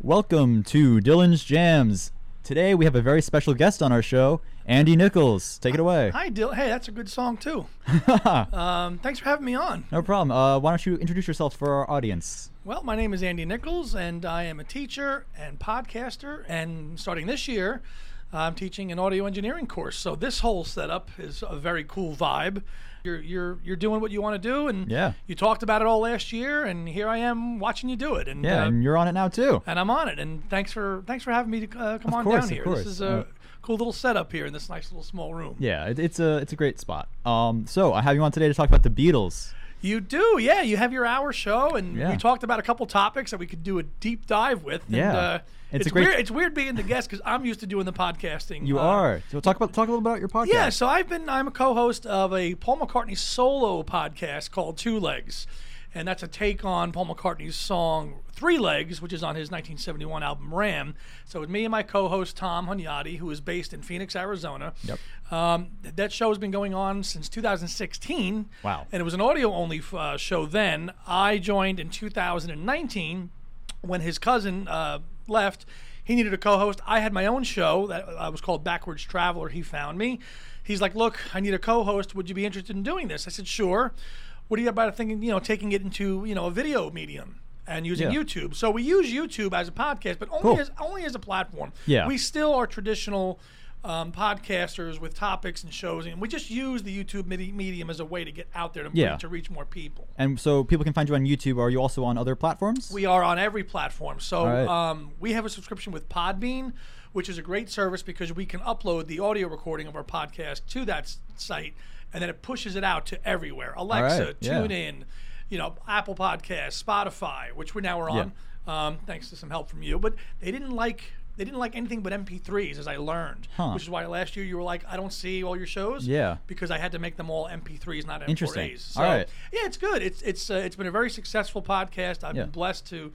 Welcome to Dylan's Jams. Today we have a very special guest on our show, Andy Nichols. Take it away. Hi, Dill. Hey, that's a good song too. um, thanks for having me on. No problem. Uh, why don't you introduce yourself for our audience? Well, my name is Andy Nichols, and I am a teacher and podcaster. And starting this year, I'm teaching an audio engineering course. So this whole setup is a very cool vibe. You're you're you're doing what you want to do, and Yeah. you talked about it all last year, and here I am watching you do it. And Yeah, uh, and you're on it now too. and I'm on it. And thanks for thanks for having me to uh, come on course, down of here. course. This is a Uh, cool little setup here in this nice little small room. Yeah, it, it's a it's a great spot. Um, so I have you on today to talk about the Beatles. You do, yeah. You have your hour show, and Yeah. we talked about a couple topics that we could do a deep dive with. and, Yeah. uh, It's it's, a great- weird. It's weird being the guest because I'm used to doing the podcasting. You uh, are. So talk about talk a little about your podcast. Yeah, so I've been. I'm a co-host of a Paul McCartney solo podcast called Two Legs, and that's a take on Paul McCartney's song Three Legs, which is on his 1971 album Ram. So with me and my co-host Tom Hunyadi, who is based in Phoenix, Arizona. Yep. Um, th- that show has been going on since 2016. Wow. And it was an audio-only uh, show then. I joined in 2019 when his cousin uh, left, he needed a co-host. I had my own show that I was called Backwards Traveler. He found me. He's like, "Look, I need a co-host. Would you be interested in doing this?" I said, "Sure." What do you about thinking, you know, taking it into you know a video medium and using Yeah. YouTube? So we use YouTube as a podcast, but only Cool. as only as a platform. Yeah. we still are traditional. Um, podcasters with topics and shows, and we just use the YouTube medi- medium as a way to get out there to, Yeah. to reach more people. And so people can find you on YouTube. Are you also on other platforms? We are on every platform. So right. um, we have a subscription with Podbean, which is a great service because we can upload the audio recording of our podcast to that s- site, and then it pushes it out to everywhere. Alexa, right, yeah. tune in, you know, Apple Podcasts, Spotify, which we now we're on, um, thanks to some help from you. But they didn't like. They didn't like anything but MP3s, as I learned, Huh. which is why last year you were like, "I don't see all your shows." Yeah. because I had to make them all MP3s, not MP4As. Interesting. So, All right. yeah, it's good. It's it's uh, it's been a very successful podcast. I've Yeah. been blessed to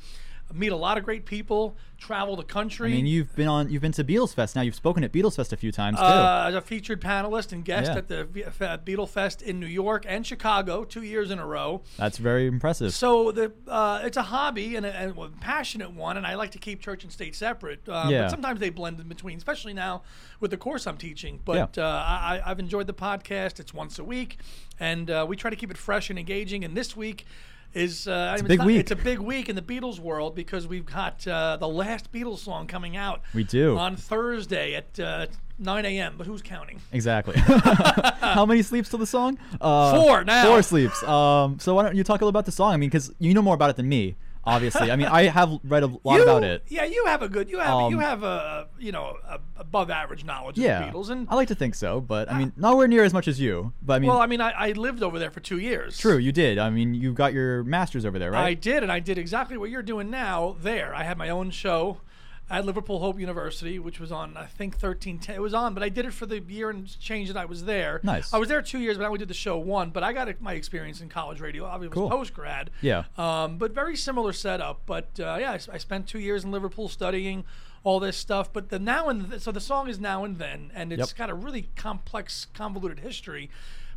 meet a lot of great people, travel the country. I mean, you've been on. You've been to Beatles Fest. Now you've spoken at Beatles Fest a few times too. uh, as a featured panelist and guest Yeah. at the V- F- uh, Beatle Fest in New York and Chicago, two years in a row. That's very impressive. So the uh, it's a hobby and a, and a passionate one, and I like to keep church and state separate. Uh, Yeah. But sometimes they blend in between, especially now with the course I'm teaching. But uh, I, I- I've enjoyed the podcast. It's once a week, and uh, we try to keep it fresh and engaging. And this week is uh, it's, big week. It's a big week in the Beatles world because we've got uh, the last Beatles song coming out. We do. on Thursday at uh, 9 a.m. But who's counting? Exactly. How many sleeps to the song? Uh, Four now. Four sleeps. Um, so why don't you talk a little about the song? I mean, because you know more about it than me, obviously. I mean, I have read a lot You- about it. Yeah, you have a good. You have you Um, have a you know a, above average knowledge Yeah. of the Beatles and. Ah. I like to think so, but I mean, nowhere near as much as you. But I mean, Well, I mean, I, I lived over there for two years. true, you did. I mean, you got your master's over there, I right? did, and I did exactly what you're doing now there. I had my own show at Liverpool Hope University, which was on, I think, 1310. It was on, but I did it for the year and change that I was there. Nice. I was there two years, but I only did the show one, but I got it- my experience in college radio. I was Cool. post grad. Yeah. Um, but very similar setup. But uh, yeah, I, s- I spent two years in Liverpool studying all this stuff. But the now and th- so the song is now and then, and it's Yep. got a really complex, convoluted history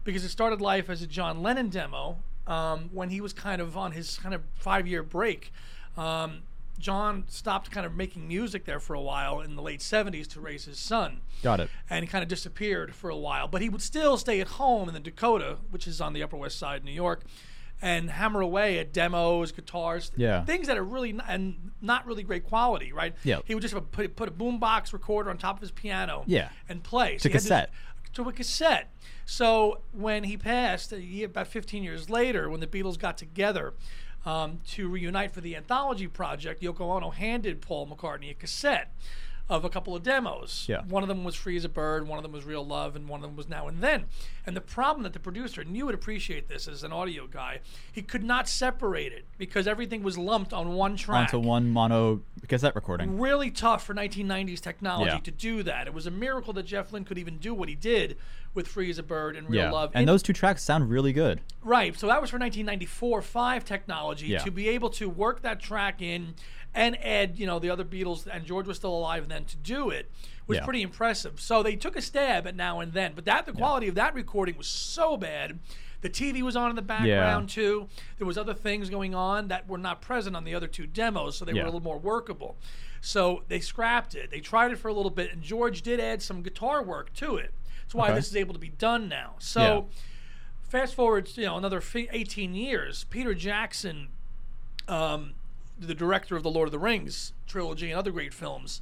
because it started life as a John Lennon demo um, when he was kind of on his kind of five year break. Um, John stopped kind of making music there for a while in the late 70s to raise his son got it. and he kind of disappeared for a while. But he would still stay at home in the Dakota, which is on the Upper West Side of New York, and hammer away at demos, guitars, th- Yeah. things that are really n- and not really great quality, right? Yeah. He would just have put put a boombox recorder on top of his piano, Yeah. and play To he had this- cassette. to a cassette. So when he passed, a year, about 15 years later, when the Beatles got together um, to reunite for the anthology project, Yoko Ono handed Paul McCartney a cassette of a couple of demos. Yeah. One of them was Free as a Bird, one of them was Real Love, and one of them was Now and Then. And the problem that the producer, and you would appreciate this as an audio guy, he could not separate it because everything was lumped on one track Onto one mono cassette recording. really tough for 1990s technology Yeah. to do that. It was a miracle that Jeff Lynne could even do what he did with Free as a Bird and Real Yeah. Love. And In- those two tracks sound really good. right, so that was for 1994 5 technology Yeah. to be able to work that track in and add, you know, the other Beatles and George was still alive then to do it was Yeah. pretty impressive. So they took a stab at now and then, but that the quality of that recording was so bad The TV was on in the background too. There was other things going on that were not present on the other two demos, so they were Yeah. a little more workable. So they scrapped it. They tried it for a little bit, and George did add some guitar work to it. That's why Okay. this is able to be done now. So fast forward, you know, another fi- 18 years, Peter Jackson, um, the director of the Lord of the Rings trilogy and other great films,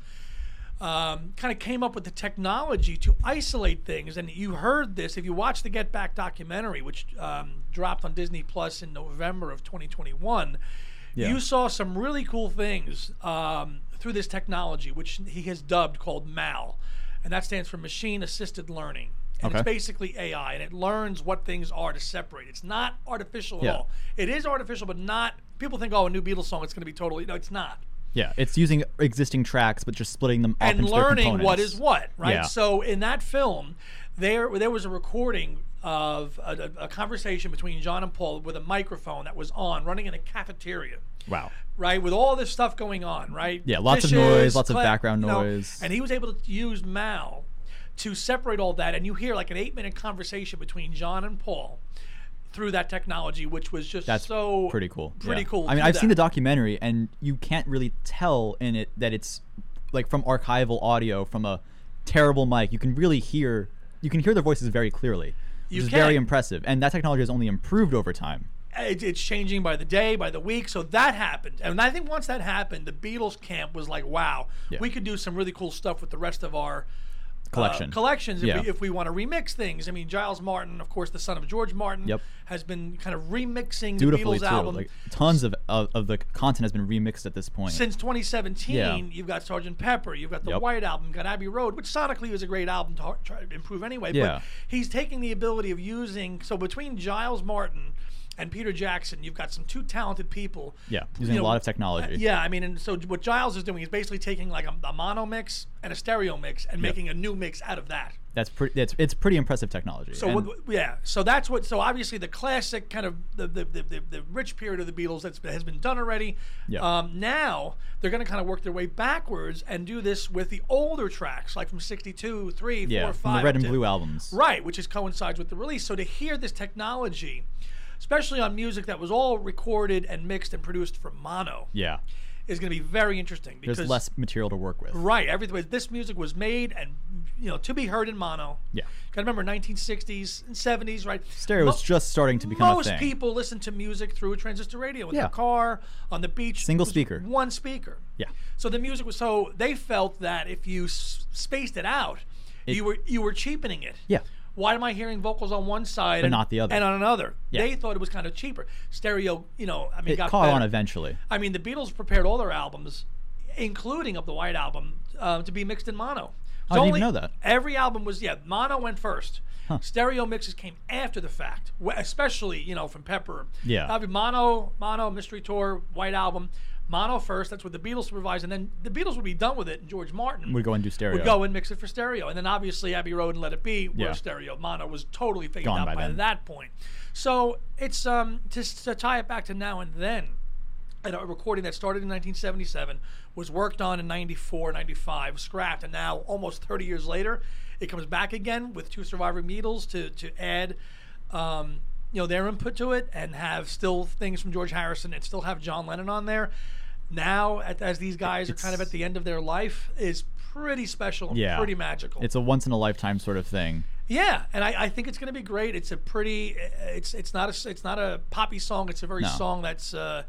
um, kind of came up with the technology to isolate things. And you heard this if you watched the Get Back documentary, which um, dropped on Disney Plus in November of 2021. Yeah. You saw some really cool things um, through this technology, which he has dubbed called MAL, and that stands for Machine Assisted Learning. And it's Okay. basically AI, and it learns what things are to separate. It's not artificial Yeah. at all. It is artificial, but not. People think, oh, a new Beatles song, it's going to be totally. No, it's not Yeah, it's using existing tracks but just splitting them up and into their learning what components. is what, right? Yeah. So in that film, there there was a recording of a, a- a conversation between John and Paul with a microphone that was on, running in a cafeteria, Wow. right? With all this stuff going on, right? Yeah, lots of noise, lots of background you know, noise. and he was able to use Mal to separate all that, and you hear like an eight-minute conversation between John and Paul through that technology, which was just That's so pretty cool. Pretty yeah. cool. I mean, to I've seen the that. documentary, and you can't really tell in it that it's like from archival audio from a terrible mic. You can really hear you can hear their voices very clearly, which You is very can. impressive. And that technology has only improved over time. it, it's changing by the day, by the week. So that happened, and I think once that happened, the Beatles camp was like, "Wow, Yeah. we could do some really cool stuff with the rest of our uh, Collection. collections if, Yeah. we, if we want to remix things." I mean, Giles Martin, of course, the son of George Martin, Yep. has been kind of remixing Beautifully the Beatles too. album Like tons of, of of the content has been remixed at this point. since 2017, Yeah. you've got Sgt. Pepper, you've got the Yep. White Album, you've got Abbey Road, which sonically was a great album to har- try to improve anyway. Yeah. But he's taking the ability of using so between Giles Martin and Peter Jackson, you've got some two talented people. yeah, you using know, uh, a lot of technology. Yeah, I mean, and so what Giles is doing is basically taking like a, a mono mix and a stereo mix and making a new mix out of that. That's pretty. It's it's pretty impressive technology. So And- what, yeah, so that's what. So obviously the classic kind of the the, the, the, the rich period of the Beatles that's been, has been done already. Yeah. Um, now they're going to kind of work their way backwards and do this with the older tracks, like from '62, three, yeah, four, from five. the red up and to- blue albums. Right, which is coincides with the release. So to hear this technology, especially on music that was all recorded and mixed and produced from mono, Yeah, is going to be very interesting because there's less material to work with. Right. Everything. was- This music was made and you know to be heard in mono. Yeah. Got to remember 1960s and 70s, right? Stereo Mo- was just starting to become most a thing. people listen to music through a transistor radio in Yeah. their car, on the beach. Single It was speaker. One speaker. Yeah. So the music was so they felt that if you s- spaced it out, you were you were cheapening it. Yeah. Why am I hearing vocals on one side and not the other. And on another, Yeah. they thought it was kind of cheaper. Stereo, you know, I mean, It got caught on better. eventually. I mean, the Beatles prepared all their albums, including of the White Album, uh, to be mixed in mono. I It's didn't even know that. Every album was yeah, mono went first. Stereo mixes came after the fact, wh- especially you know from Pepper. Yeah. Probably mono, mono, mystery tour, White Album, mono first. That's what the Beatles supervised, and then the Beatles would be done with it, and George Martin Would go and do stereo. would go and mix it for stereo. And then obviously Abbey Road and Let It Be were Yeah. stereo. Mono was totally figured Gone out by by, then. that point. So it's um to, to tie it back to now and then. And a recording that started in 1977 was worked on in 94, 95, scrapped, and now almost 30 years later, it comes back again with two Survivor Beatles to to add, um, you know, their input to it and have still things from George Harrison and still have John Lennon on there. Now, at, as these guys are kind of It's- at the end of their life, is pretty special, and Yeah. pretty magical. It's a once in a lifetime sort of thing. yeah, and I, I think it's going to be great. It's a pretty, uh, it's it's not a it's not a poppy song. It's a very No. song that's, uh,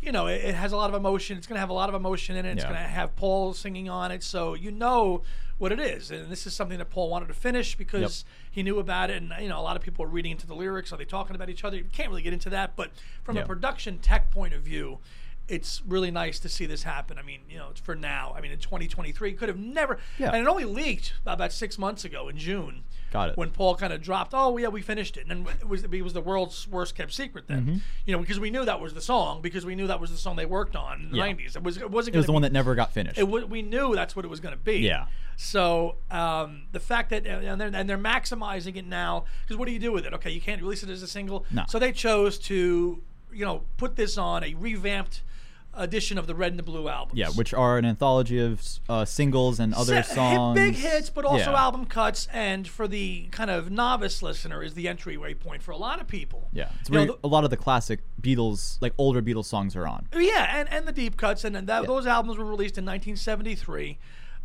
you know, it, it has a lot of emotion. It's going to have a lot of emotion in it. It's Yeah. going to have Paul singing on it, so you know what it is. And this is something that Paul wanted to finish because he knew about it. And you know, a lot of people are reading into the lyrics. Are they talking about each other? You can't really get into that, but from Yeah. a production tech point of view. It's really nice to see this happen. I mean, you know, it's for now. I mean, in 2023, could have never. Yeah. And it only leaked about six months ago in June. Got it. When Paul kind of dropped, oh yeah, we finished it, and then it was it was the world's worst kept secret then, Mm-hmm. you know, because we knew that was the song, because we knew that was the song they worked on in the Yeah. nineties. It was it wasn't. It was the gonna one be- that never got finished. It wa- we knew that's what it was going to be. Yeah. So um, the fact that and they're, and they're maximizing it now because what do you do with it? Okay, you can't release it as a single. No. So they chose to you know put this on a revamped edition of the Red and the Blue albums. Yeah, which are an anthology of uh, singles and other Se- hit- songs. big hits, but also Yeah. album cuts. And for the kind of novice listener, is the entryway point for a lot of people. Yeah, it's You know, where a lot of the classic Beatles, like older Beatles songs, are on. the- yeah, and, and the deep cuts, and, and that, those albums were released in 1973.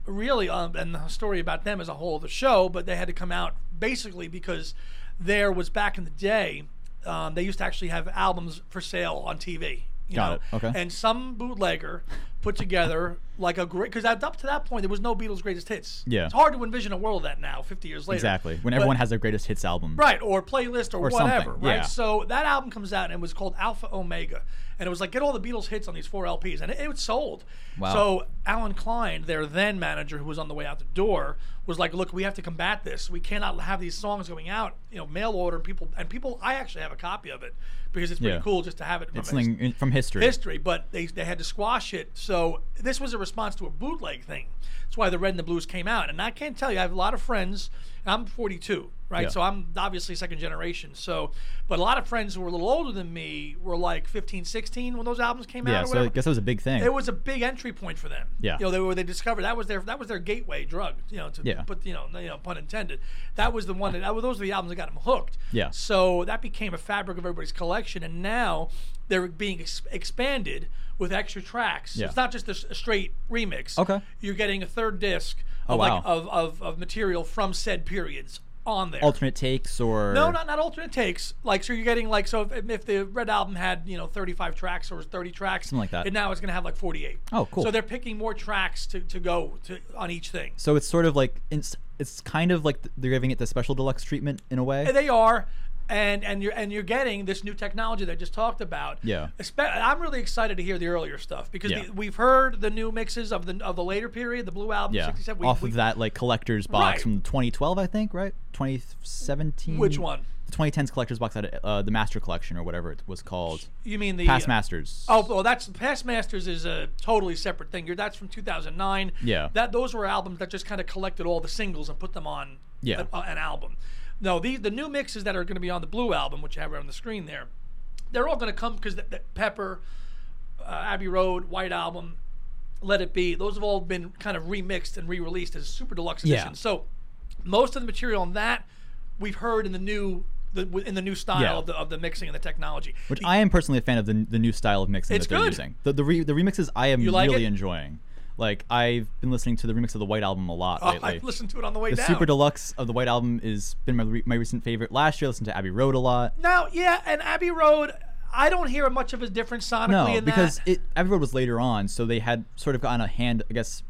Really, um, and the story about them is a whole other show. But they had to come out basically because there was back in the day, um, they used to actually have albums for sale on TV. You Got know? it. Okay. And some bootlegger put together like a great because up to that point there was no Beatles greatest hits. Yeah. It's hard to envision a world of that now, 50 years later. Exactly. When But- everyone has their greatest hits album. Right, or playlist or, Or something, whatever. Right. yeah. So that album comes out and it was called Alpha Omega. And it was like, get all the Beatles hits on these four LPs. And it, it was sold. Wow. So Alan Klein, their then manager who was on the way out the door, was like, look, we have to combat this. We cannot have these songs going out, you know, mail order. People, and people, I actually have a copy of it because it's pretty Yeah. cool just to have it. from It's a- something in- from history. history, but they, they had to squash it. So this was a response to a bootleg thing. That's why the Red and the Blues came out. And I can't tell you, I have a lot of friends. I'm 42, right? Yeah. So I'm obviously second generation. So, but a lot of friends who were a little older than me were like 15, 16 when those albums came out. Yeah, so or I whatever. guess that was a big thing. It was a big entry point for them. Yeah. you know, they were they discovered that was their that was their gateway drug. You know, to Yeah. put you know, you know, pun intended. That was the one that, that was- those were the albums that got them hooked. Yeah. So that became a fabric of everybody's collection, and now they're being ex- expanded with extra tracks. Yeah. It's not just a, s- a straight remix. Okay. You're getting a third disc of Oh, like wow. Oh, of, of of material from said periods on there. alternate takes or No, not not alternate takes. Like so, you're getting like so if, if the Red album had you know 35 tracks or 30 tracks, Something like that. and now it's gonna have like 48. Oh, cool. So they're picking more tracks to, to go to on each thing. So it's sort of like it's, it's kind of like th- they're giving it the special deluxe treatment in a way. And they are, and and you're and you're getting this new technology that I just talked about. Yeah. Espe- I'm really excited to hear the earlier stuff because Yeah. the, we've heard the new mixes of the of the later period, the Blue album, yeah, 67. We, off we- of that like collector's box Right. from 2012, I think, right? 2017. Which one? The 2010s collector's box out of uh, the Master Collection or whatever it was called. You mean the Past Masters. Oh, well, that's Past Masters is a totally separate thing. You're, that's from 2009. Yeah. That those were albums that just kind of collected all the singles and put them on Yeah. a- an album. No, the the new mixes that are going to be on the Blue album, which you have right on the screen there, they're all going to come because Pepper, uh, Abbey Road, White Album, Let It Be, those have all been kind of remixed and re-released as super deluxe Yeah. editions. So most of the material on that we've heard in the new. The, in the new style Yeah. of, the, of the mixing and the technology, Which I am personally a fan of the, the new style of mixing It's that they're good. using. The the, re, the remixes I am You like really it? enjoying. Like I've been listening to the remix of the White Album a lot Uh, lately. I listened to it on the way the down. super deluxe of the White Album is been my, re- my recent favorite. Last year, I listened to Abbey Road a lot. Now, yeah, and Abbey Road, I don't hear much of a difference sonically No, in because that. it, Abbey Road was later on, so they had sort of gotten a hand. I guess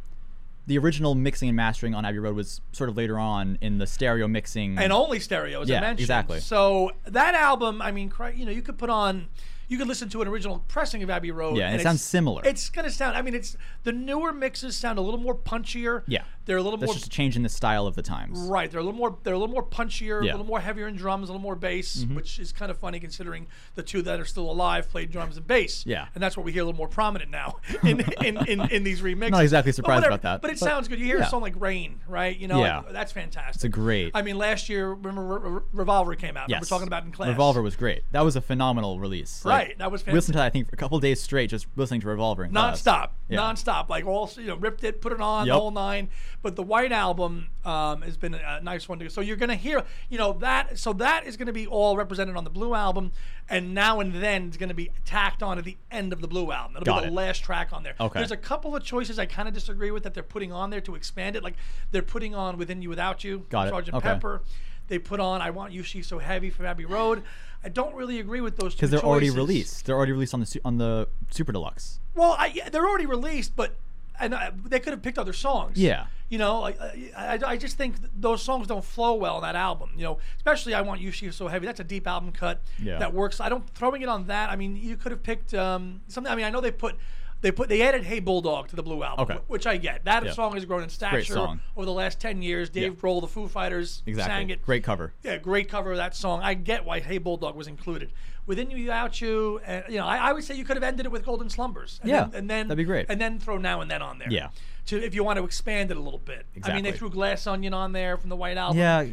the original mixing and mastering on Abbey Road was sort of later on in the stereo mixing. and only stereo, as I Yeah, mentioned. exactly. So that album, I mean, cri- you know, you could put on, you could listen to an original pressing of Abbey Road. Yeah, and it it's- sounds similar. It's gonna sound. I mean, it's the newer mixes sound a little more punchier. yeah, they're a little that's more just a change in the style of the times. Right, they're a little more they're a little more punchier, Yeah. Mm-hmm. a little more heavier in drums, a little more bass, which is kind of funny considering the two that are still alive played drums and bass. Yeah. and that's what we hear a little more prominent now in in, in, in these remixes. Not exactly But surprised whatever, about that, but it but sounds good. You hear a yeah. song like Rain, right? You know, Yeah. like, that's fantastic. It's a great. I mean, last year, remember Re- Re- Revolver came out. that Yes. we're talking about in class. Revolver was great. That was a phenomenal release. Like, Right, that was We listened to that I think for a couple days straight, just listening to Revolver in class. nonstop, Yeah. nonstop. Like all you know, ripped it, put it on, Yep. the whole nine. But the White Album um, has been a, a nice one to. So you're gonna hear, you know, that. So that is gonna be all represented on the Blue Album, and now and then it's gonna be tacked on at the end of the Blue Album. It'll Got be the it. last track on there. Okay. There's a couple of choices I kind of disagree with that they're putting on there to expand it. Like they're putting on Within You Without You, Got it. Sergeant Okay. Pepper. They put on I Want You She's So Heavy from Abbey Road. I don't really agree with those two Because they're already choices. released. They're already released on the su- on the Super Deluxe. Well, I, yeah, they're already released, but and uh, they could have picked other songs. Yeah. You know, like, I, I, I just think th- those songs don't flow well on that album. You know, especially I Want You She's So Heavy. That's a deep album cut Yeah. that works. I don't throwing it on that. I mean, you could have picked um, something. I mean, I know they put they put they added Hey Bulldog to the Blue album, Okay. wh- which I get. That Yeah. song has grown in stature song. over the last ten years. Dave Yeah. Grohl, the Foo Fighters, Exactly. sang it. Great cover. Yeah, great cover of that song. I get why Hey Bulldog was included. Within You Without You, and you know, I, I would say you could have ended it with Golden Slumbers. And Yeah, then, and then that'd be great. And then throw Now and Then on there. Yeah. to if you want to expand it a little bit. I mean, they Exactly. threw Glass Onion on there from the White Album. Yeah,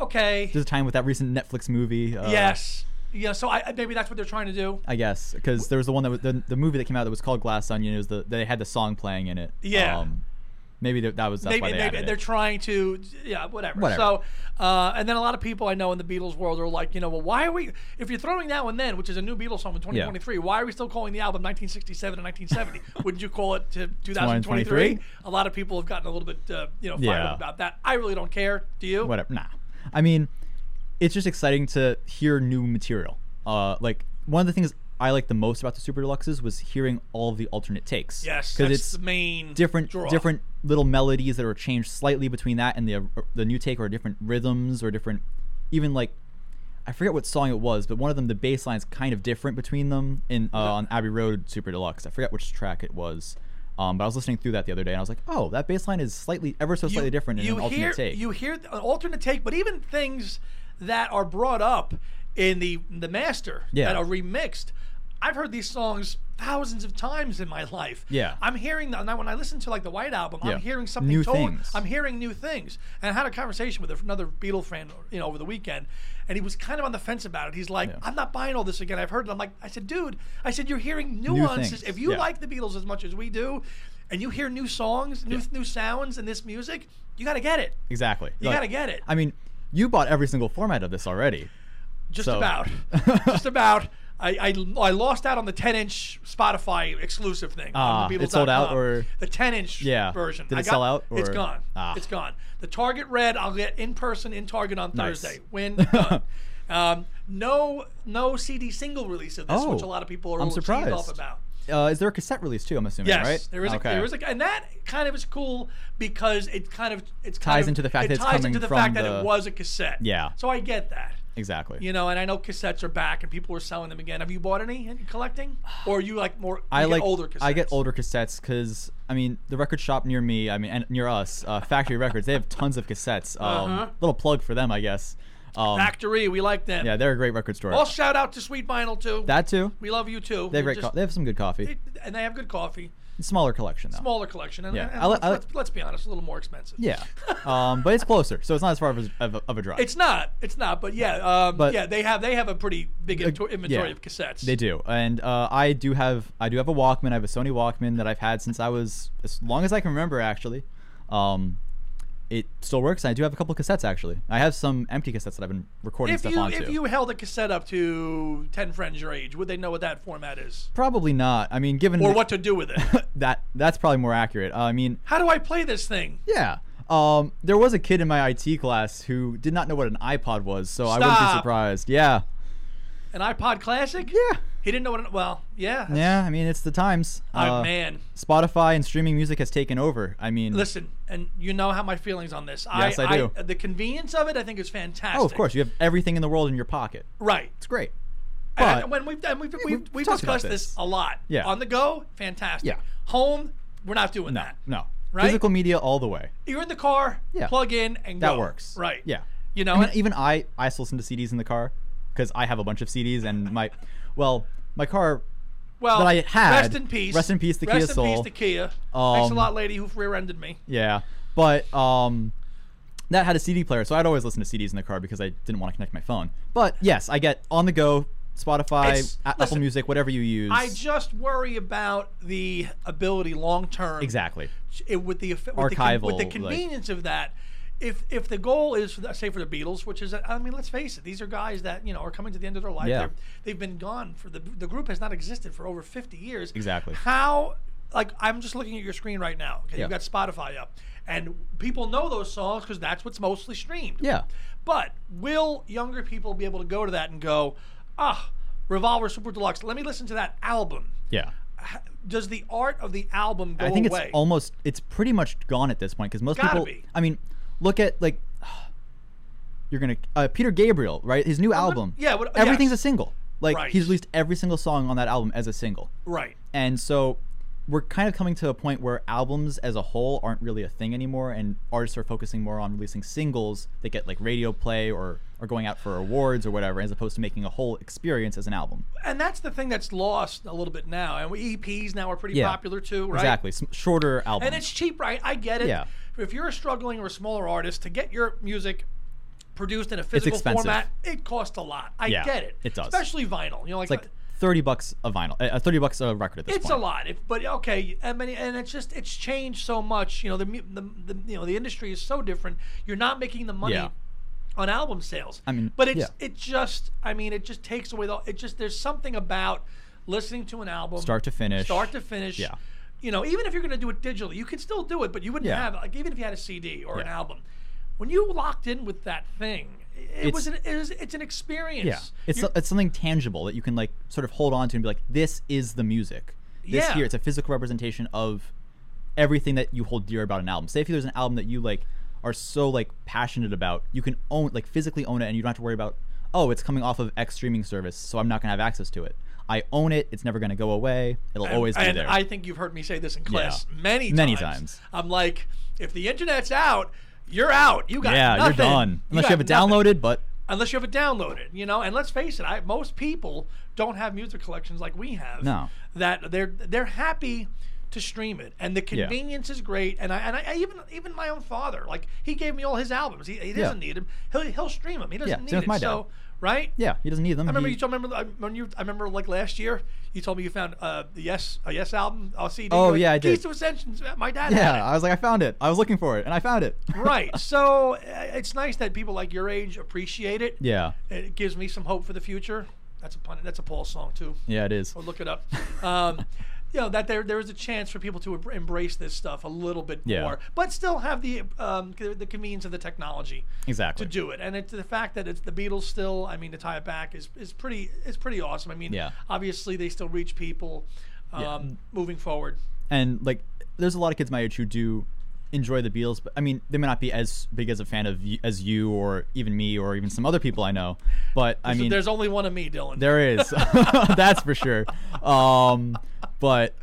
Okay. there's a time with that recent Netflix movie. Uh, yes. Yeah, so I, I- maybe that's what they're trying to do. I guess because there was the one that was the, the movie that came out that was called Glass Onion. It was the they had the song playing in it. Um, Yeah. maybe that, that was that's why maybe they maybe added they're it. trying to yeah whatever. Whatever. So uh, and then a lot of people I know in the Beatles world are like you know well why are we if you're throwing that one then which is a new Beatles song in 2023 why are we still calling the album 1967 and 1970 wouldn't you call it to 2023? 2023? A lot of people have gotten a little bit uh, you know fired Yeah. up about that. I really don't care. Do you? whatever. Nah, I mean, it's just exciting to hear new material. Uh, like one of the things I liked the most about the Super Deluxes was hearing all of the alternate takes. Yes, because that's it's the main different draw. different little melodies that are changed slightly between that and the uh, the new take or different rhythms or different even like I forget what song it was, but one of them the bass line's kind of different between them in uh, on Abbey Road Super Deluxe. I forget which track it was. Um, but I was listening through that the other day and I was like, "Oh, that bass line is slightly ever so slightly different in an alternate hear, take." You hear th- an alternate take, but even things that are brought up in the the master Yeah. that are remixed. I've heard these songs thousands of times in my life. Yeah. I'm hearing the, now when I listen to like the White Album, Yeah. I'm hearing something New told- things. I'm hearing new things. And I had a conversation with another Beatle friend, you know, over the weekend, and he was kind of on the fence about it. He's like, "I'm not buying all this again. I've heard it." I'm like, I said, "Dude, I said you're hearing nuances. things, if you yeah. like." like the Beatles as much as we do, and you hear new songs, new new sounds in this music, you got to get it. exactly. You got to get it. I mean, you bought every single format of this already. just so- about. just about. I, I, I lost out on the 10 inch Spotify exclusive thing. Ah, on the it sold out, Beatles.com. or- the 10 inch Yeah. version? Did I it sell out, It's or- gone. Ah. It's gone. The Target Red. I'll get in person in Target on Nice. Thursday. Win. Done. um, no no CD single release of this, which Oh, a lot of people are I'm a little cheesed off surprised. about. Uh, is there a cassette release too? I'm assuming, Yes, right? there is. Okay. A, there is a, and that kind of is cool because it kind of it's kind Ties of- into the fact it that it's ties coming into the from fact that it the- was a cassette. Yeah. So I get that. exactly. You know, and I know cassettes are back, and people are selling them again. Have you bought any and collecting, or are you like more? you I get like older cassettes. I get older cassettes because I mean the record shop near me, I mean and near us, uh, Factory Records, they have tons of cassettes. Um, Uh-huh. Little plug for them, I guess. Um, Factory, we like them. yeah, they're a great record store. All shout out to Sweet Vinyl too. that too. we love you too. They have You're great. just- co- they have some good coffee. and they have good coffee. Smaller collection though. Smaller collection. And, Yeah, and I li- let's, I li- let's- let's be honest, a little more expensive. Yeah. um, but it's closer, so it's not as far of a, of a, of a drive. It's not. It's not. But yeah. Um, But- yeah. They have. They have a pretty big into- inventory yeah. of cassettes. They do, and uh, I do have I do have a Walkman. I have a Sony Walkman that I've had since I was as long as I can remember, actually. Um, it still works. and I do have a couple cassettes actually. I have some empty cassettes that I've been recording If stuff you onto. if you held a cassette up to ten friends your age, would they know what that format is Probably not. I mean, given or th- what to do with it? that that's probably more accurate. Uh, I mean, How do I play this thing? yeah. Um, there was a kid in my IT class who did not know what an iPod was, so I wouldn't be Stop. surprised. Yeah. An iPod Classic? Yeah. He didn't know what. It, well, yeah. that's- Yeah, I mean, it's the times. Oh, Uh, man, Spotify and streaming music has taken over. I mean, listen, and you know how my feelings on this. uh, Yes, I do. The convenience of it, I think, is fantastic. oh, of course, you have everything in the world in your pocket. Right. It's great. And But- when we've done, we've, we've, we've, we've talked about discussed this. this. a lot. Yeah. On the go, fantastic. Yeah. Home, we're not doing that. No. Right? Physical media all the way. You're in the car. Yeah. Plug in and That go. works. Right. Yeah. You know, I mean, and- even I, I still listen to CDs in the car because I have a bunch of CDs and my, well, my car well, that I had- Rest in peace. rest in peace to rest Kia in Soul. peace to Kia. Thanks a Um, lot, lady, who rear-ended me. Yeah, but um, that had a CD player, so I'd always listen to CDs in the car because I didn't want to connect my phone. But yes, I get on the go, Spotify, It's- A- Apple listen, Music, whatever you use. I just worry about the ability long-term. exactly. it, with the affi- with the con- with Archival, the like- convenience of that. If if the goal is for the, say for the Beatles, which is I mean let's face it, these are guys that you know are coming to the end of their life. Yeah. They're- They've been gone for the the group has not existed for over fifty years. Exactly. How like I'm just looking at your screen right now. Okay, Yeah. you've got Spotify up, and people know those songs because that's what's mostly streamed. Yeah. But will younger people be able to go to that and go, ah, Revolver Super Deluxe? Let me listen to that album. Yeah. H- Does the art of the album go I think it's away? almost it's pretty much gone at this point because most Gotta people. be. I mean, look at like you're gonna uh, Peter Gabriel, right? His new album. Uh-huh. yeah, what- everything's yes. a single. Like Right. he's released every single song on that album as a single. right. And so we're kind of coming to a point where albums as a whole aren't really a thing anymore and artists are focusing more on releasing singles that get like radio play or are going out for awards or whatever as opposed to making a whole experience as an album. and that's the thing that's lost a little bit now. And EPs now are pretty Yeah. popular too, right? Exactly. S- shorter albums. And it's cheap, right? I get it. Yeah. If you're a struggling or a smaller artist, to get your music produced in a physical expensive. format, it costs a lot. I Yeah, get it. it does. Especially vinyl. You know, like, It's like thirty bucks a vinyl, uh, thirty bucks a record at this it's point. a lot. If, but okay, I mean, and it's just it's changed so much. You know, the, mu- the, the you know the industry is so different. You're not making the money Yeah. on album sales. I mean, but it's yeah. it just I mean it just takes away the it just there's something about listening to an album Start to finish. start to finish. Yeah. You know, even if you're going to do it digitally, you can still do it, but you wouldn't Yeah. have like even if you had a CD or an Yeah. album. When you locked in with that thing, it It's- was an it is, it's an experience. Yeah, it's You're- it's something tangible that you can like sort of hold on to and be like, this is the music. This Yeah. here, it's a physical representation of everything that you hold dear about an album. Say if there's an album that you like are so like passionate about, you can own like physically own it, and you don't have to worry about oh, it's coming off of X streaming service, so I'm not gonna have access to it. I own it. It's never gonna go away. It'll always be and there. I think you've heard me say this in class many times. Many times. I'm like, if the internet's out, you're out. You got yeah, nothing. you're done unless you, got have it nothing. downloaded. But Unless you have it downloaded, you know. And let's face it, I, most people don't have music collections like we have. No. that they're they're happy to stream it, and the Yeah. convenience is great. And I and I, I even even my own father, like he gave me all his albums. He, he Yeah. doesn't need them. He'll he'll stream them. He doesn't Yeah, need same with it. my dad. So right. yeah, he doesn't need them. I remember He- you told remember I- when you I remember like last year you told me you found uh the yes a yes album a CD. Oh, You're like, yeah, I Keys did. to Ascension. My dad. had yeah, I was like, I found it. I was looking for it, and I found it. it. right. So uh, it's nice that people like your age appreciate it. yeah, It gives me some hope for the future. That's a pun. That's a Paul song too. yeah, it is. Or look it up. Um, you know that there there is a chance for people to em- embrace this stuff a little bit Yeah. more, but still have the um, c- the convenience of the technology Exactly. to do it. And it's the fact that it's the Beatles still. I mean, to tie it back is is pretty is pretty awesome. I mean, Yeah. obviously they still reach people. Um, Moving forward, and like there's a lot of kids my age who do enjoy the Beatles, but I mean they may not be as big as a fan of you, as you or even me or even some other people I know. But I So mean there's only one of me, Dylan. there is that's for sure. Um, but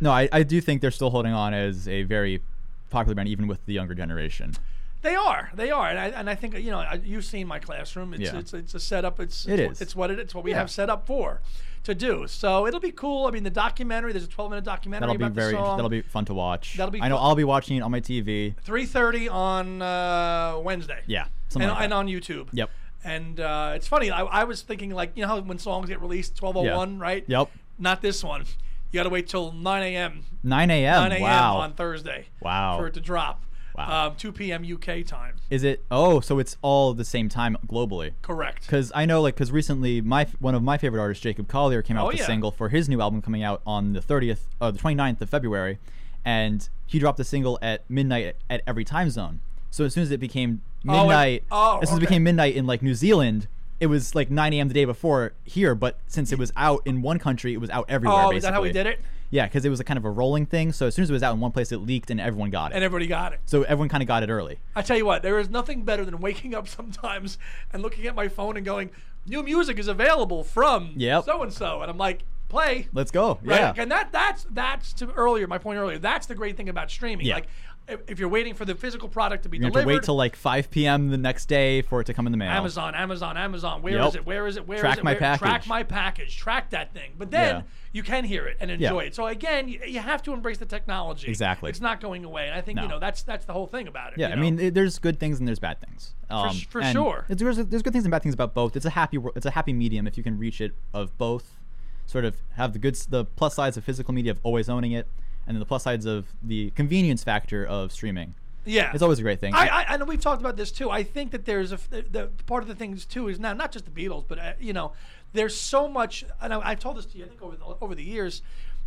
no, I, I do think they're still holding on as a very popular band even with the younger generation. They are, they are, and I, and I think you know I- you've seen my classroom. It's Yeah. it's, it's a setup. It's It it's, is. it's what it, it's what we Yeah. have set up for to do. So it'll be cool. I mean, the documentary. There's a 12 minute documentary That'll be about very the song. that'll be fun to watch. That'll be I know fun. I'll be watching it on my TV. 3:30 on uh, Wednesday. Yeah, something and, like and that. on YouTube. Yep. And uh, it's funny. I, I was thinking like you know how when songs get released 12:01, right? Yep. Not this one. You got to wait till 9 a.m. 9 a.m. 9 a.m. wow. on Thursday. Wow. For it to drop. Wow. Um, 2 p.m. UK time. is it? Oh, so it's all the same time globally. Correct. because I know like because recently my one of my favorite artists Jacob Collier came out Oh, with a yeah. single for his new album coming out on the 30th uh, the 29th of February and he dropped the single at midnight at every time zone so as soon as it became and- midnight oh, as soon as okay. it became midnight in like New Zealand it was like 9 a.m. the day before here but since it was out in one country it was out everywhere Oh, basically. is that how we did it? yeah because it was a kind of a rolling thing so as soon as it was out in one place it leaked and everyone got it And everybody got it. so everyone kind of got it early I tell you what, there is nothing better than waking up sometimes and looking at my phone and going, "New music is available from Yep. so and so," and I'm like, "Play." let's go Right? yeah And that that's that's to earlier my point earlier. That's the great thing about streaming. Yeah. Like if, if you're waiting for the physical product to be you have delivered, to wait till like 5 p.m. the next day for it to come in the mail Amazon, Amazon, Amazon. Where Yep. is it? Where is it? Where is Track it? my Where- Track package. my package. Track that thing. But then Yeah. you can hear it and Yeah. enjoy it. So again, you, you have to embrace the technology. Exactly. It's not going away. And I think you No. know that's that's the whole thing about it. Yeah, you I know? mean, it, there's good things and there's bad things. Um, s- for and sure. it's- there's, there's good things and bad things about both. It's a happy wor- it's a happy medium if you can reach it of both. Sort of have the good s- the plus sides of physical media of always owning it, and then the plus sides of the convenience factor of streaming. yeah. It's always a great thing. I, I, I know we've talked about this too. I think that there's a f- the, the part of the things too is now not just the Beatles, but uh, you know, there's so much. And I, I've told this to you, I think over the, over the years,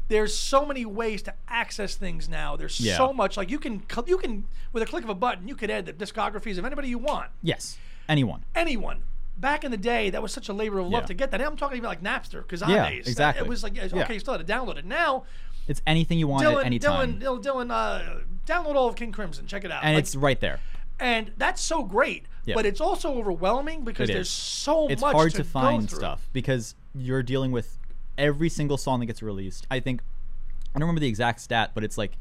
there's so many ways to access things now. There's Yeah. so much like you can cl- you can with a click of a button you could add the discographies of anybody you want, yes, anyone. anyone. Back in the day, that was such a labor of love Yeah. to get that. I'm talking about like Napster, because Yeah, It exactly. was like okay, you still had to download it. Now, It's anything you want Dylan, at any time, Dylan, Dylan, Dylan, uh, download all of King Crimson. Check it out. and Like, it's right there. and that's so great. Yeah. But it's also overwhelming because It there's is. so It's much hard to, to find go through. stuff because you're dealing with every single song that gets released. I think I don't remember the exact stat, but it's like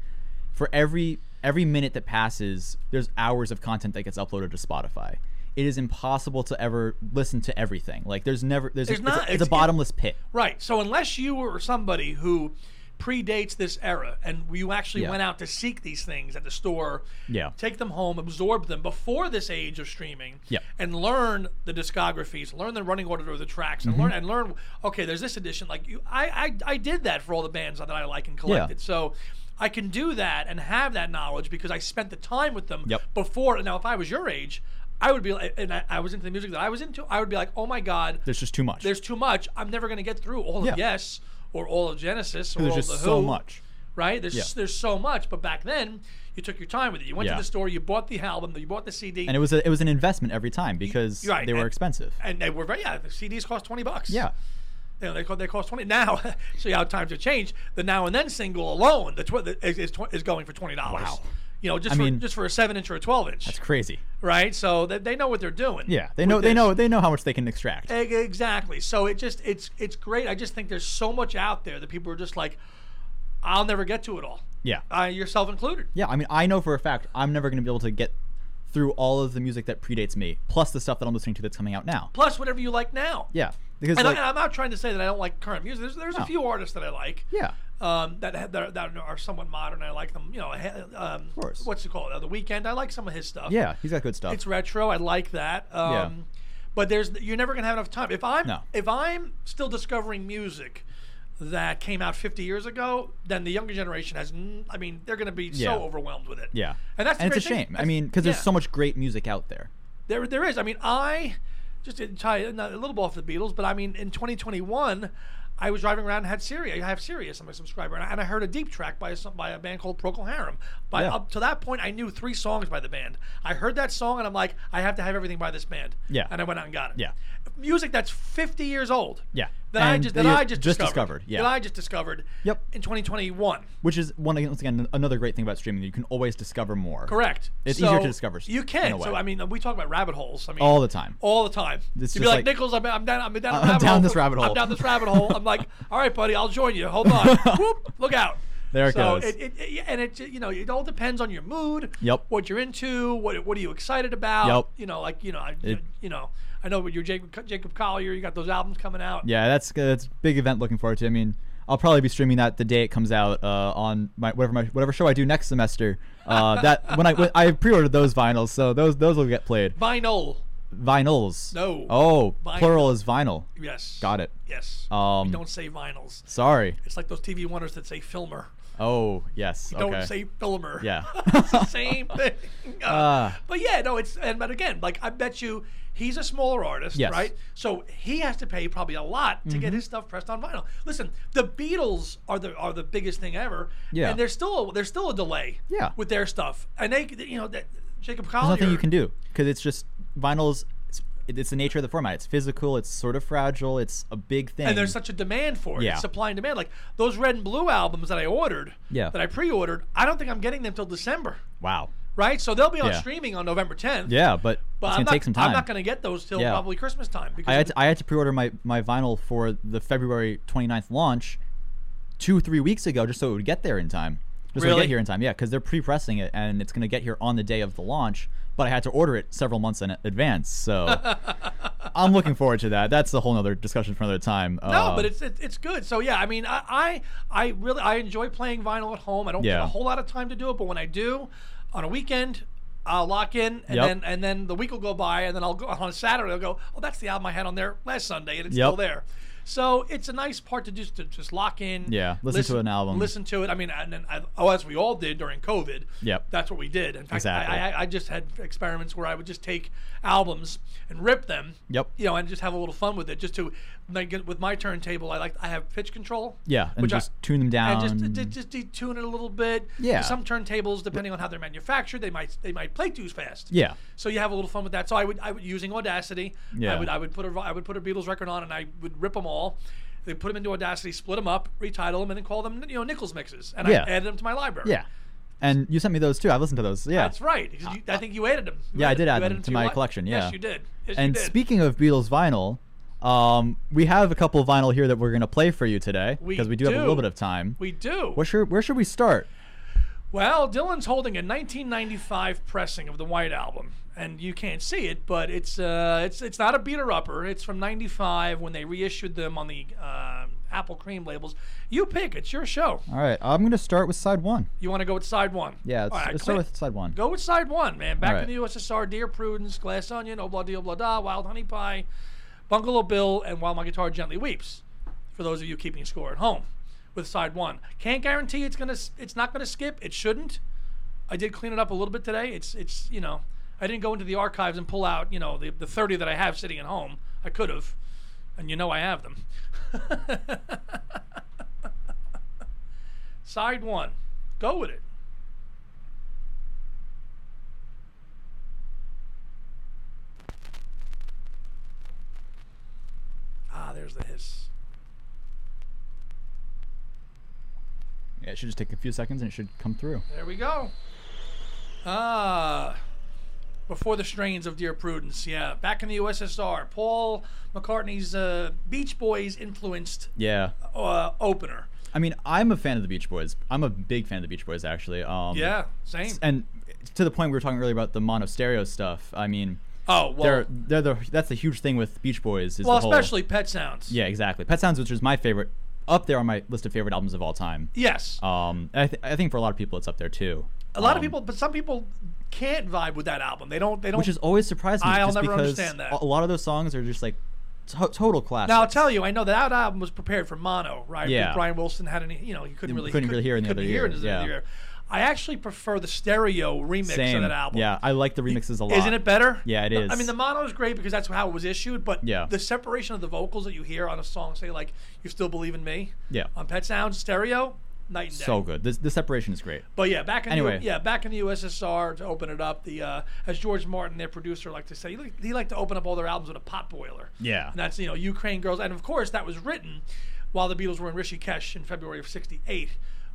for every every minute that passes, there's hours of content that gets uploaded to Spotify. It is impossible to ever listen to everything. Like there's never there's, There's it's, not- it's, a it's- bottomless pit. Right. So unless you were somebody who predates this era, and we actually Yeah. went out to seek these things at the store. Yeah. Take them home, absorb them before this age of streaming, Yeah. and learn the discographies, learn the running order of the tracks, and Mm-hmm. learn and learn. Okay, there's this edition. Like you, I, I I did that for all the bands that I like and collected. So I can do that and have that knowledge because I spent the time with them Yep. before. Now, if I was your age, I would be like, and I, I was into the music that I was into. I would be like, oh my god, There's just too much. there's too much. I'm never going to get through all of Yeah. Yes or all of Genesis or there's all just of the so Who, much. Right? There's Yeah. there's so much, but back then you took your time with it. You went Yeah. to the store, you bought the album, you bought the CD, And it was a, it was an investment every time because right, they were and- expensive. and they were very yeah. The CDs cost twenty bucks. Yeah. You know, they cost, they cost twenty now. see how times have changed. The now and then single alone, the tw- the, is, is, tw- is going for twenty dollars. Wow. You know, just I for, mean- just for a seven inch or a twelve inch, It's crazy. right? So they, they know what they're doing. Yeah, they with know they this. know they know how much they can extract. Eg- Exactly. So it just it's it's great. I just think there's so much out there that people are just like, I'll never get to it all. Yeah. Uh, yourself included. Yeah, I mean, I know for a fact I'm never going to be able to get through all of the music that predates me, plus the stuff that I'm listening to that's coming out now. Plus whatever you like now. Yeah, because And like, I, I'm not trying to say that I don't like current music. There's, there's a No. few artists that I like. yeah, Um, that, ha- that are- that are somewhat modern. I like them. You know, he- um, course. what's it called? Uh, the Weekend. I like some of his stuff. yeah, he's got good stuff. It's retro. I like that. Um, Yeah. But there's you're never gonna have enough time. If I'm No. if I'm still discovering music that came out 50 years ago, then the younger generation has. n- I mean, they're gonna be Yeah. so overwhelmed with it. yeah, and that's the it's a great thing. shame. I That's- mean, because there's yeah. so much great music out there. There, there is. I mean, I just to tie it- not- a little bit off the Beatles, but I mean, in 2021, I was driving around and had Sirius. I have Sirius. I'm a subscriber, and I, and I heard a deep track by a, some- by a band called Procol Harum. By Yeah. up to that point, I knew three songs by the band. I heard that song, and I'm like, I have to have everything by this band. Yeah. And I went out and got it. Yeah. Music that's 50 years old. Yeah. That I And just that you I just, just discovered. discovered, yeah. That I just discovered. Yep. In 2021. Which is one once again another great thing about streaming. You can always discover more. Correct. It's easier to discover You in can. a way. So I mean, we talk about rabbit holes. I mean, All the time. all the time. It's You'd just be like, like- Nichols, I'm, I'm down. I'm down, a I'm rabbit down hole. this rabbit I'm hole." down this rabbit hole. I'm like, all right, buddy, I'll join you. Hold on. Whoop, look out. There it so goes. It, it, it- and it you know it all depends on your mood. Yep. What you're into. What what are you excited about? Yep. You know, like you know, I, It- you know, I know with your Jacob Jacob Collier, you got those albums coming out. Yeah, that's that's a big event. Looking forward to. I mean, I'll probably be streaming that the day it comes out uh, on my whatever my whatever show I do next semester. Uh, that when I when I pre-ordered those vinyls, so those those will get played. Vinyl. Vinyls. No. Oh, Vinyl. plural is vinyl. Yes. Got it. Yes. Um, We don't say vinyls. Sorry. It's like those TV wonders that say filmer. Oh, yes. don't okay. say filmer. Yeah. it's the same thing. Uh, Ah. but yeah, no, it's and but again, like I bet you he's a smaller artist, Yes. Mm-hmm. right? So he has to pay probably a lot to get his stuff pressed on vinyl. Listen, the Beatles are the are the biggest thing ever. Yeah. And there's still there's still a delay Yeah. with their stuff. And they you know that Jacob There's Collier nothing you can do because it's just vinyls. It's, it's the nature of the format. It's physical. It's sort of fragile. It's a big thing. and there's such a demand for it. Yeah. It's supply and demand. Like those red and blue albums that I ordered, Yeah. that I pre ordered, I don't think I'm getting them till December. wow. Right? So they'll be on Yeah. streaming on November tenth. Yeah, but, But it's I'm gonna not, take some time. I'm not going to get those till Yeah. probably Christmas time because I had of to, I had to pre-order my, my vinyl for the February 29th launch two three weeks ago just so it would get there in time. Just so it would Really? get here in time, yeah, because they're pre-pressing it and it's gonna get here on the day of the launch. But I had to order it several months in advance, so I'm looking forward to that. That's a whole nother discussion for another time. Uh, the- no, but it's, it's it's good. So yeah, I mean, I, I I really I enjoy playing vinyl at home. I don't get Yeah. a whole lot of time to do it, but when I do, on a weekend. I'll lock in, and Yep. then and then the week will go by, and then I'll go on Saturday. I'll go, oh, that's the album I had on there last Sunday, and it's Yep. still there. So it's a nice part to just to just lock in. Yeah, listen to an album. Listen to it. I mean, and then I, oh, as we all did during COVID. Yep. That's what we did. In fact, Exactly. I, I, I just had experiments where I would just take albums and rip them. Yep. you know, and just have a little fun with it. Just to like get- with my turntable, I like I have pitch control. yeah, and which I- just tune them down. and just d- d- just detune it a little bit. Yeah. Some turntables, depending on how they're manufactured, they might they might play too fast. yeah, So you have a little fun with that. So I would I would using Audacity. I Yeah. would I would put a I would put a Beatles record on and I would rip them all. They put them into Audacity, split them up, retitle them, and then call them you know Nichols mixes, and Yeah. I added them to my library. yeah. And you sent me those too. I listened to those. Yeah, That's right. 'cause you- I think you added them. You Yeah, I added- did you add added them to my your li- collection, yeah. Yes, you did. Yes, you And did. speaking of Beatles vinyl, um, we have a couple vinyl here that we're gonna play for you today We because we do, have a do. little bit of time. we do. Where should where should we start? Well, Dylan's holding a 1995 pressing of the White Album, and you can't see it, but it's uh, it's it's not a beater upper. It's from '95 when they reissued them on the uh, Apple cream labels. You pick. It's your show. All right, I'm gonna start with side one. You want to go with side one? Yeah, let's, All right, let's start Clint, with side one. Go with side one, man. Back All in the USSR, Dear Prudence, Glass Onion, oh, Obla Di Obla Da, Wild Honey Pie, Bungalow Bill, and While My Guitar Gently Weeps. For those of you keeping score at home, with side one, can't guarantee it's gonna. s- It's not gonna skip. It shouldn't. I did clean it up a little bit today. It's it's you know I didn't go into the archives and pull out you know the the 30 that I have sitting at home. I could have, and you know I have them. Side one, go with it. Ah, there's the hiss. Yeah, it should just take a few seconds and it should come through. There we go. Ah, before the strains of Dear Prudence, yeah. Back in the USSR, Paul McCartney's uh, Beach Boys influenced Yeah, uh, opener. I mean, I'm a fan of the Beach Boys. I'm a big fan of the Beach Boys, actually. Um, Yeah, same. and to the point we were talking earlier about the mono stereo stuff. I mean, Oh well, they're they're the that's the huge thing with Beach Boys. Is well, the whole, especially Pet Sounds. yeah, exactly. Pet Sounds, which is my favorite, up there on my list of favorite albums of all time. Yes. Um, I, th- I think for a lot of people, it's up there too. a Um, lot of people, but some people can't vibe with that album. They don't. They don't. which has always surprised me. I'll just never because understand that. A a lot of those songs are just like to- total classics. now I'll tell you, I know that album was prepared for mono, right? Yeah. Because Brian Wilson had any, you know, he couldn't really couldn't really hear in the couldn't other hear in ear, his other yeah. ear. I actually prefer the stereo remix Same. of that album. Yeah, I like the remixes a lot. Isn't it better? Yeah, it is. I mean, the mono is great because that's how it was issued, but Yeah. the separation of the vocals that you hear on a song, say like "You Still Believe in Me," Yeah. on Pet Sounds stereo, night and day. So good. This the separation is great. But yeah, back in Anyway. the, yeah back in the USSR to open it up, the uh, as George Martin, their producer, liked to say, he liked, he liked to open up all their albums with a pot boiler. Yeah. and that's you know Ukraine girls, and of course that was written while the Beatles were in Rishikesh in February of '68,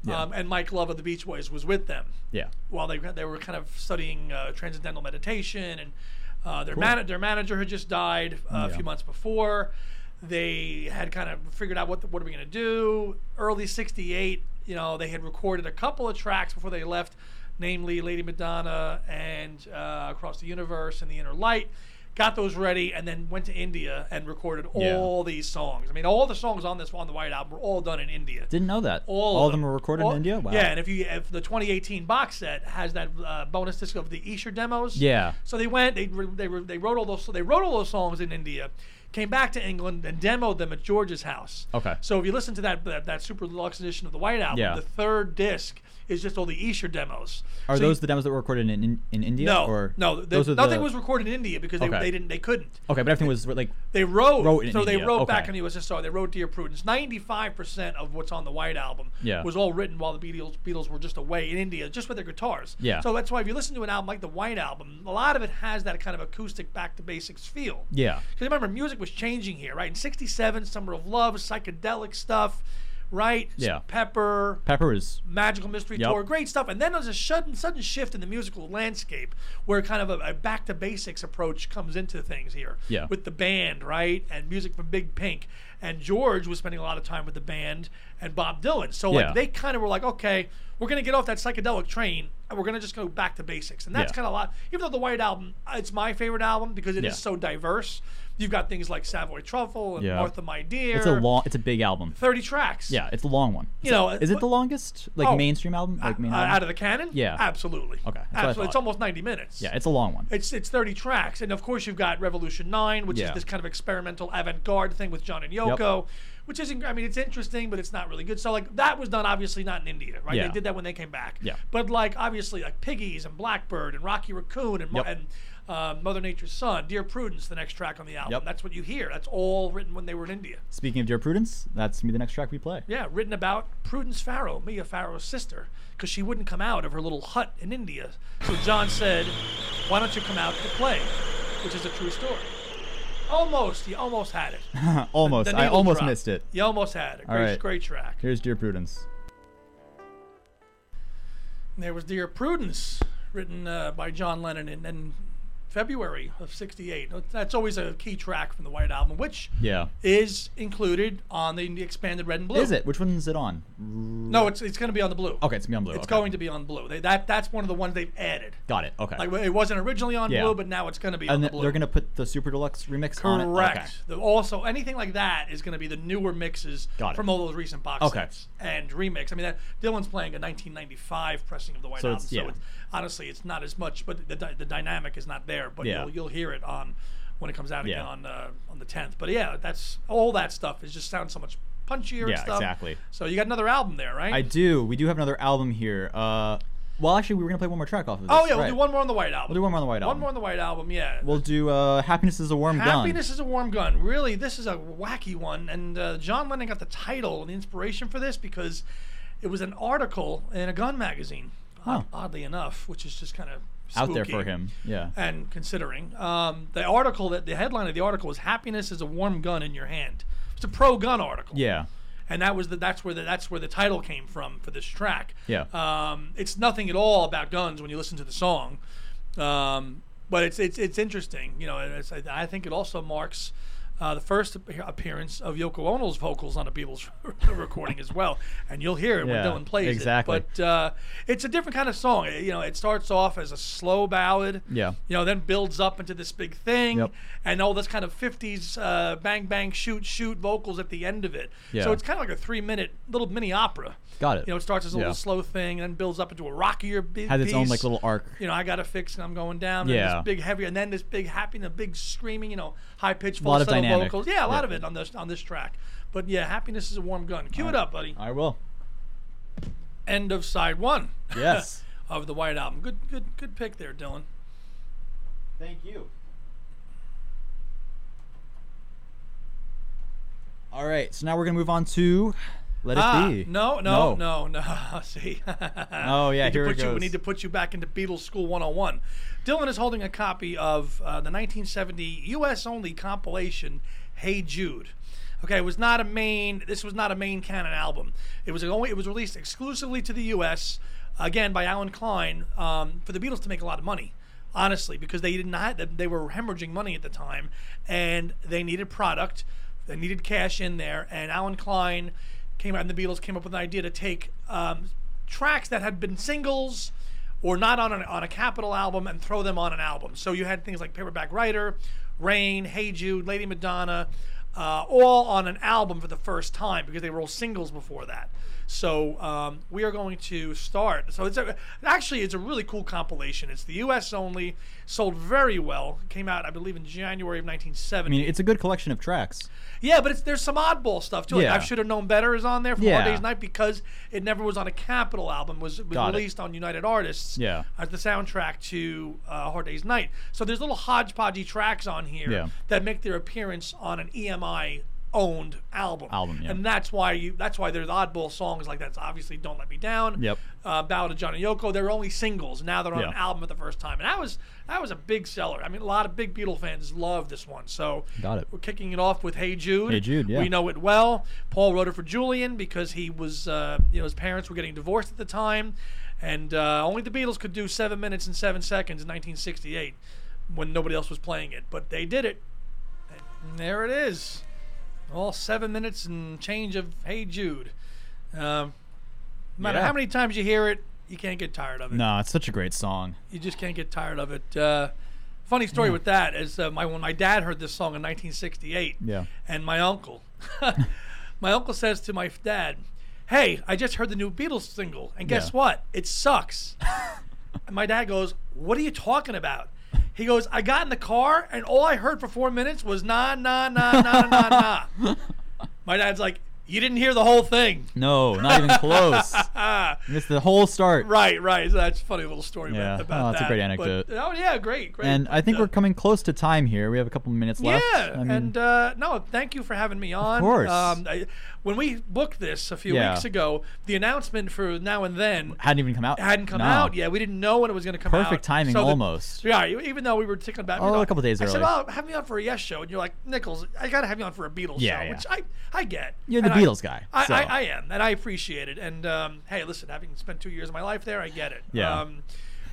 Yeah. um, and Mike Love of the Beach Boys was with them Yeah. while they they were kind of studying uh, transcendental meditation, and uh, their mana their manager had just died uh, a Yeah. few months before. They had kind of figured out what the, what are we going to do. Early '68, you know, they had recorded a couple of tracks before they left, namely "Lady Madonna" and uh, "Across the Universe" and "The Inner Light." Got those ready, and then went to India and recorded Yeah. all these songs. I mean, all the songs on this on the White Album were all done in India. Didn't know that. All, of them were recorded All- in India. Wow. Yeah, and if you if the 2018 box set has that uh, bonus disc of the Esher demos. Yeah. So they went, they re- they re- they wrote all those so they wrote all those songs in India, came back to England and demoed them at George's house. Okay. So if you listen to that that, that super deluxe edition of the White Album, Yeah. the third disc is just all the Esher demos. Are So you- those the demos that were recorded in in, in India? no, Or no, th- those are nothing the- was recorded in India because they, Okay. they didn't, they couldn't. Okay, but everything was like They wrote, Wrote in so they India, wrote back okay. in the USSR. They wrote Dear Prudence. Ninety-five percent of what's on the White Album Yeah. was all written while the Beatles, Beatles were just away in India, just with their guitars. Yeah. So that's why if you listen to an album like the White Album, a lot of it has that kind of acoustic back to basics feel. yeah. Because remember, music was changing here, right? In '67, Summer of Love, psychedelic stuff, right? Yeah. Pepper, Pepper is Magical Mystery Yep. Tour, great stuff. And then there's a sudden, sudden shift in the musical landscape where kind of a, a back to basics approach comes into things here. Yeah. With the band, right? And music from Big Pink. And George was spending a lot of time with the band and Bob Dylan. So Yeah. like they kind of were like, okay, we're going to get off that psychedelic train and we're going to just go back to basics. And that's Yeah. kind of a lot. Even though the White Album, uh, it's my favorite album because it is Yeah. so diverse. You've got things like Savoy Truffle and Yeah. Martha My Dear. it's a long it's a big album. 30 tracks. Yeah, it's a long one. You know, uh, is it but- the longest like Oh. mainstream album? Like main uh, album? out of the cannon? Yeah. absolutely. Okay, that's what I absolutely. It's thought. almost ninety minutes. yeah, it's a long one. It's it's thirty tracks, and of course you've got Revolution Nine, which Yeah. is this kind of experimental avant-garde thing with John and Yoko, which isn't. I mean, it's interesting, but it's not really good. So like that was done obviously not in India, right? Yeah. They did that when they came back. Yeah. But like obviously like Piggies and Blackbird and Rocky Raccoon and Mo- Yep. and uh, Mother Nature's Son, Dear Prudence, the next track on the album. Yep. That's what you hear. That's all written when they were in India. Speaking of Dear Prudence, that's gonna be the next track we play. Yeah, written about Prudence Farrow, Mia Farrow's sister, because she wouldn't come out of her little hut in India. So John said, "Why don't you come out to play?" Which is a true story. Almost, you almost had it. The almost, I needle almost drop. missed it. You almost had it. All Great, right. great track. Here's Dear Prudence. And there was "Dear Prudence," written uh, by John Lennon and, and February of '68. That's always a key track from the White Album, which Yeah. is included on the expanded Red and Blue. Is it? Which one's it on? No, it's it's going to be on the blue. Okay, it's gonna be on blue. It's okay. going to be on blue. They, that that's one of the ones they've added. Got it. Okay. Like it wasn't originally on Yeah. blue, but now it's going to be on and the th- blue. they're gonna put the super deluxe remix on it. Correct. Okay. The- also, anything like that is going to be the newer mixes Got it. from all those recent box Okay. sets and remix. I mean, that, Dylan's playing a 1995 pressing of the White So Album, it's- yeah. so it's, honestly, it's not as much, but the, dy- the dynamic is not there. But Yeah. you'll, you'll hear it on when it comes out again Yeah. on uh, on the 10th. But yeah, that's all that stuff is just sounds so much punchier and Yeah, stuff. exactly. So you got another album there, right? I do. We do have another album here. Uh, well, actually, we were gonna play one more track off of this. oh yeah, we'll right. do one more on the White Album. We'll do one more on the White One Album. more on the White Album. Yeah. We'll do uh, "Happiness Is a Warm Happiness is a warm gun. Really, this is a wacky one. And uh, John Lennon got the title and the inspiration for this because it was an article in a gun magazine, od- Huh. oddly enough, which is just kind of Gun." Out there for him. Yeah. And considering um, the article that the headline of the article was "Happiness is a warm gun in your hand." It's a pro-gun article. Yeah. And that was the, that's where the, that's where the title came from for this track. Yeah. Um, it's nothing at all about guns when you listen to the song, um, but it's it's it's interesting. You know, and it's, I I think it also marks. Uh, the first ap- appearance of Yoko Ono's vocals on a Beatles recording as well, and you'll hear it Yeah, when Dylan plays exactly. it. But uh, it's a different kind of song. It- you know, it starts off as a slow ballad. Yeah. You know, then builds up into this big thing, Yep. and all this kind of '50s uh, bang bang shoot shoot vocals at the end of it. Yeah. So it's kind of like a three minute little mini opera. Got it. You know, it starts as a Yeah. little slow thing, and then builds up into a rockier bit. Has its own like piece. little arc. You know, I gotta fix, and I'm going down. And Yeah. This big heavy, and then this big happy, and a big screaming. You know, high pitched Lot of falsetto dynamic. vocals. Yeah, a lot Yeah. of it on this on this track. But yeah, happiness is a warm gun. Cue it up, buddy. I will. End of side one. Yes. of the White Album. Good, good, good pick there, Dylan. Thank you. All right, so now we're gonna move on to "Let It Ah, Be." no, no, no, no. See. Oh, yeah, Need to here it put you- We goes. need to put you back into Beatles School 101. Dylan is holding a copy of uh, the 1970 U.S. only compilation "Hey Jude." Okay, it was not a main. This was not a main canon album. It was only. It was released exclusively to the U.S. again by Alan Klein um, for the Beatles to make a lot of money. Honestly, because they did not. They were hemorrhaging money at the time, and they needed product. They needed cash in there, and Alan Klein came out, and the Beatles came up with an idea to take um, tracks that had been singles or not on, an, on a Capitol album and throw them on an album. So you had things like Paperback Writer, Rain, Hey Jude, Lady Madonna, uh, all on an album for the first time because they were all singles before that. So um, we are going to start. So it's a, actually it's a really cool compilation. It's the U.S. only, sold very well. Came out I believe in January of 1970. I mean, it's a good collection of tracks. Yeah, but it's there's some oddball stuff too. Like Yeah. I should have known better is on there from Yeah. Hard Days Night because it never was on a Capitol album. Was was Got it. released on United Artists. Yeah. as the soundtrack to uh, Hard Days Night. So there's little hodgepodgey tracks on here Yeah. that make their appearance on an EMI owned album. Album, yeah. And that's why you that's why there's oddball songs like that's obviously Don't Let Me Down. Yep. Uh, Ballad of John and Yoko. They were only singles. Now they're on Yeah. an album for the first time. And that was that was a big seller. I mean a lot of big Beatle fans love this one. So Got it. we're kicking it off with Hey Jude. Hey Jude, yeah. We know it well. Paul wrote it for Julian because he was, uh, you know, his parents were getting divorced at the time, and uh, only the Beatles could do seven minutes and seven seconds in 1968 when nobody else was playing it, but they did it. And there it is, all seven minutes and change of Hey Jude. Um, no matter Yeah. how many times you hear it, you can't get tired of it No, it's such a great song. you just can't get tired of it. Uh, funny story with that is uh, my when my dad heard this song in 1968. Yeah. And my uncle, my uncle says to my dad, "Hey, I just heard the new Beatles single, and guess Yeah. what? It sucks." and my dad goes, "What are you talking about?" He goes, "I got in the car, and all I heard for four minutes was na na na na na na." my dad's like, "You didn't hear the whole thing." No, not even close. Ah. Missed the whole start. Right, right. So that's a funny little story about- Yeah. about Oh, that's a that. great But- anecdote. oh yeah, great, great. And I But, think uh, we're coming close to time here. We have a couple minutes left. Yeah, I mean, and uh, no, thank you for having me on. course. Um, I, when we booked this a few Yeah. weeks ago, the announcement for now and then hadn't even come out. hadn't come No. out yet. We didn't know when it was going to come out. Perfect timing, So the- almost. yeah, e- even though we were ticking about. you Oh, know, a couple days I said, early. "Well, have me on for a Yes show," and you're like, "Nichols, I got to have you on for a Beatles Yeah, show," yeah. which I I get. You're the And I- Beatles guy, I, so. I, I am, and I appreciate it. And um, hey, listen, having spent two years of my life there, I get it. Yeah. Um,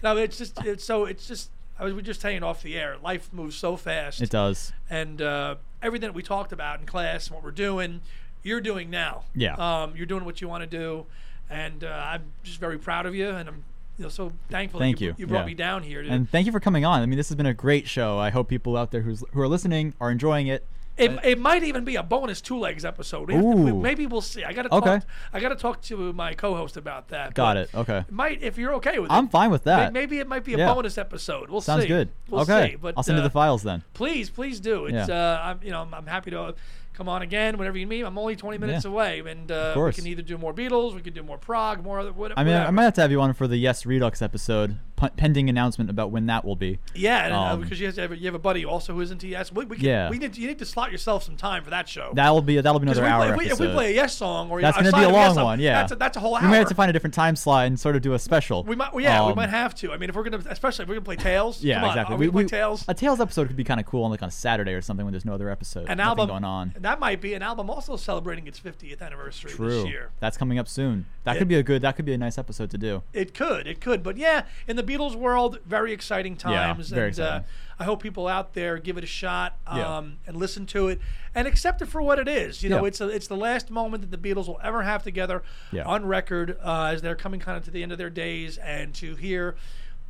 no, it's just it's so it's just. I was we were just saying off the air. Life moves so fast, It does. and uh, everything that we talked about in class and what we're doing, you're doing now. Yeah. um, you're doing what you want to do, and uh, I'm just very proud of you, and I'm you know, so thankful. Thank that you, you. You brought Yeah. me down here. To, And thank you for coming on. I mean, this has been a great show. I hope people out there who's, who are listening are enjoying it. It, it might even be a bonus two legs episode. We have to- we- Ooh. maybe we'll see. I gotta Okay. talk. I gotta talk to my co-host about that. Got but it. Okay. Might if you're okay with it. I'm fine with May- that. Maybe it might be a Yeah. bonus episode. We'll Sounds see. good. We'll okay. see. But I'll send you uh, the files then. Please, please do. It's Yeah. uh, I'm you know I'm, I'm happy to uh, come on again whenever you need. I'm only 20 minutes Yeah. away, and uh, we course. can either do more Beatles, we could do more Prague, more other whatever. I mean, I might have to have you on for the Yes Redux episode, p- pending announcement about when that will be. yeah, and, uh, um, because you have, to have, you have a buddy also who isn't TS. We, we can, Yeah. we need you need to slot yourself some time for that show. That'll be that'll be another Because we hour play, if, we, if episode. we play a yes song, or that's going to be a long one. Yeah, that's a, that's a whole hour. We might have to find a different time slot and sort of do a special. We might, well, yeah, we Um, might have to. I mean, if we're gonna, especially if we're gonna play Tails. Yeah, come on, exactly. Are we, gonna play Tails? A Tails episode could be kind of cool on like on a Saturday or something when there's no other episode. An nothing album going on. That might be an album also celebrating its 50th anniversary True. this year. That's coming up soon. That Yeah. could be a good. That could be a nice episode to do. It could, it could, but yeah, in the Beatles world, very exciting times. very and, uh, exciting. I hope people out there give it a shot um, Yeah. and listen to it and accept it for what it is. You know, Yeah. it's a, it's the last moment that the Beatles will ever have together Yeah. on record uh, as they're coming kind of to the end of their days, and to hear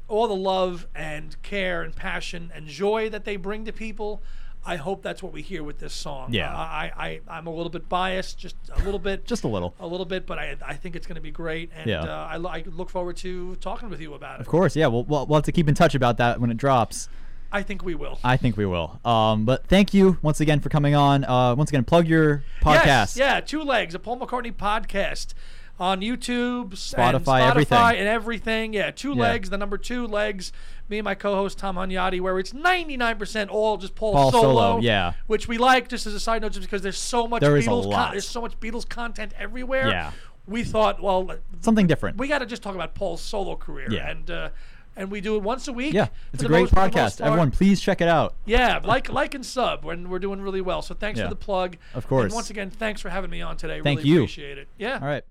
all the love and care and passion and joy that they bring to people. I hope that's what we hear with this song. Yeah. Uh, I, I I'm a little bit biased, just a little bit, Just a little. a little bit, but I, I think it's going to be great, and Yeah. uh, I, lo- I look forward to talking with you about it. Of course, yeah. We'll, we'll, we'll have to keep in touch about that when it drops. I think we will. I think we will. Um, but thank you once again for coming on. Uh, once again, plug your podcast. Yes, yeah, two legs, a Paul McCartney podcast on YouTube, s- and Spotify, Spotify everything. and everything. Yeah, two legs, the number two legs. Me and my co-host Tom Hunyadi, where it's 99% all just Paul, Paul Solo, yeah. which we like. Just as a side note, just because there's so much There Beatles, is a lot. there's so much Beatles content everywhere. Yeah. we thought, well, Something different. we got to just talk about Paul's solo career, Yeah. and uh, and we do it once a week. yeah, for it's a the great most- for the most podcast. part. Everyone, please check it out. Yeah, like like and sub when we're doing really well. So thanks Yeah. for the plug. Of course. And once again, thanks for having me on today. Thank really you. appreciate it. Yeah. All right.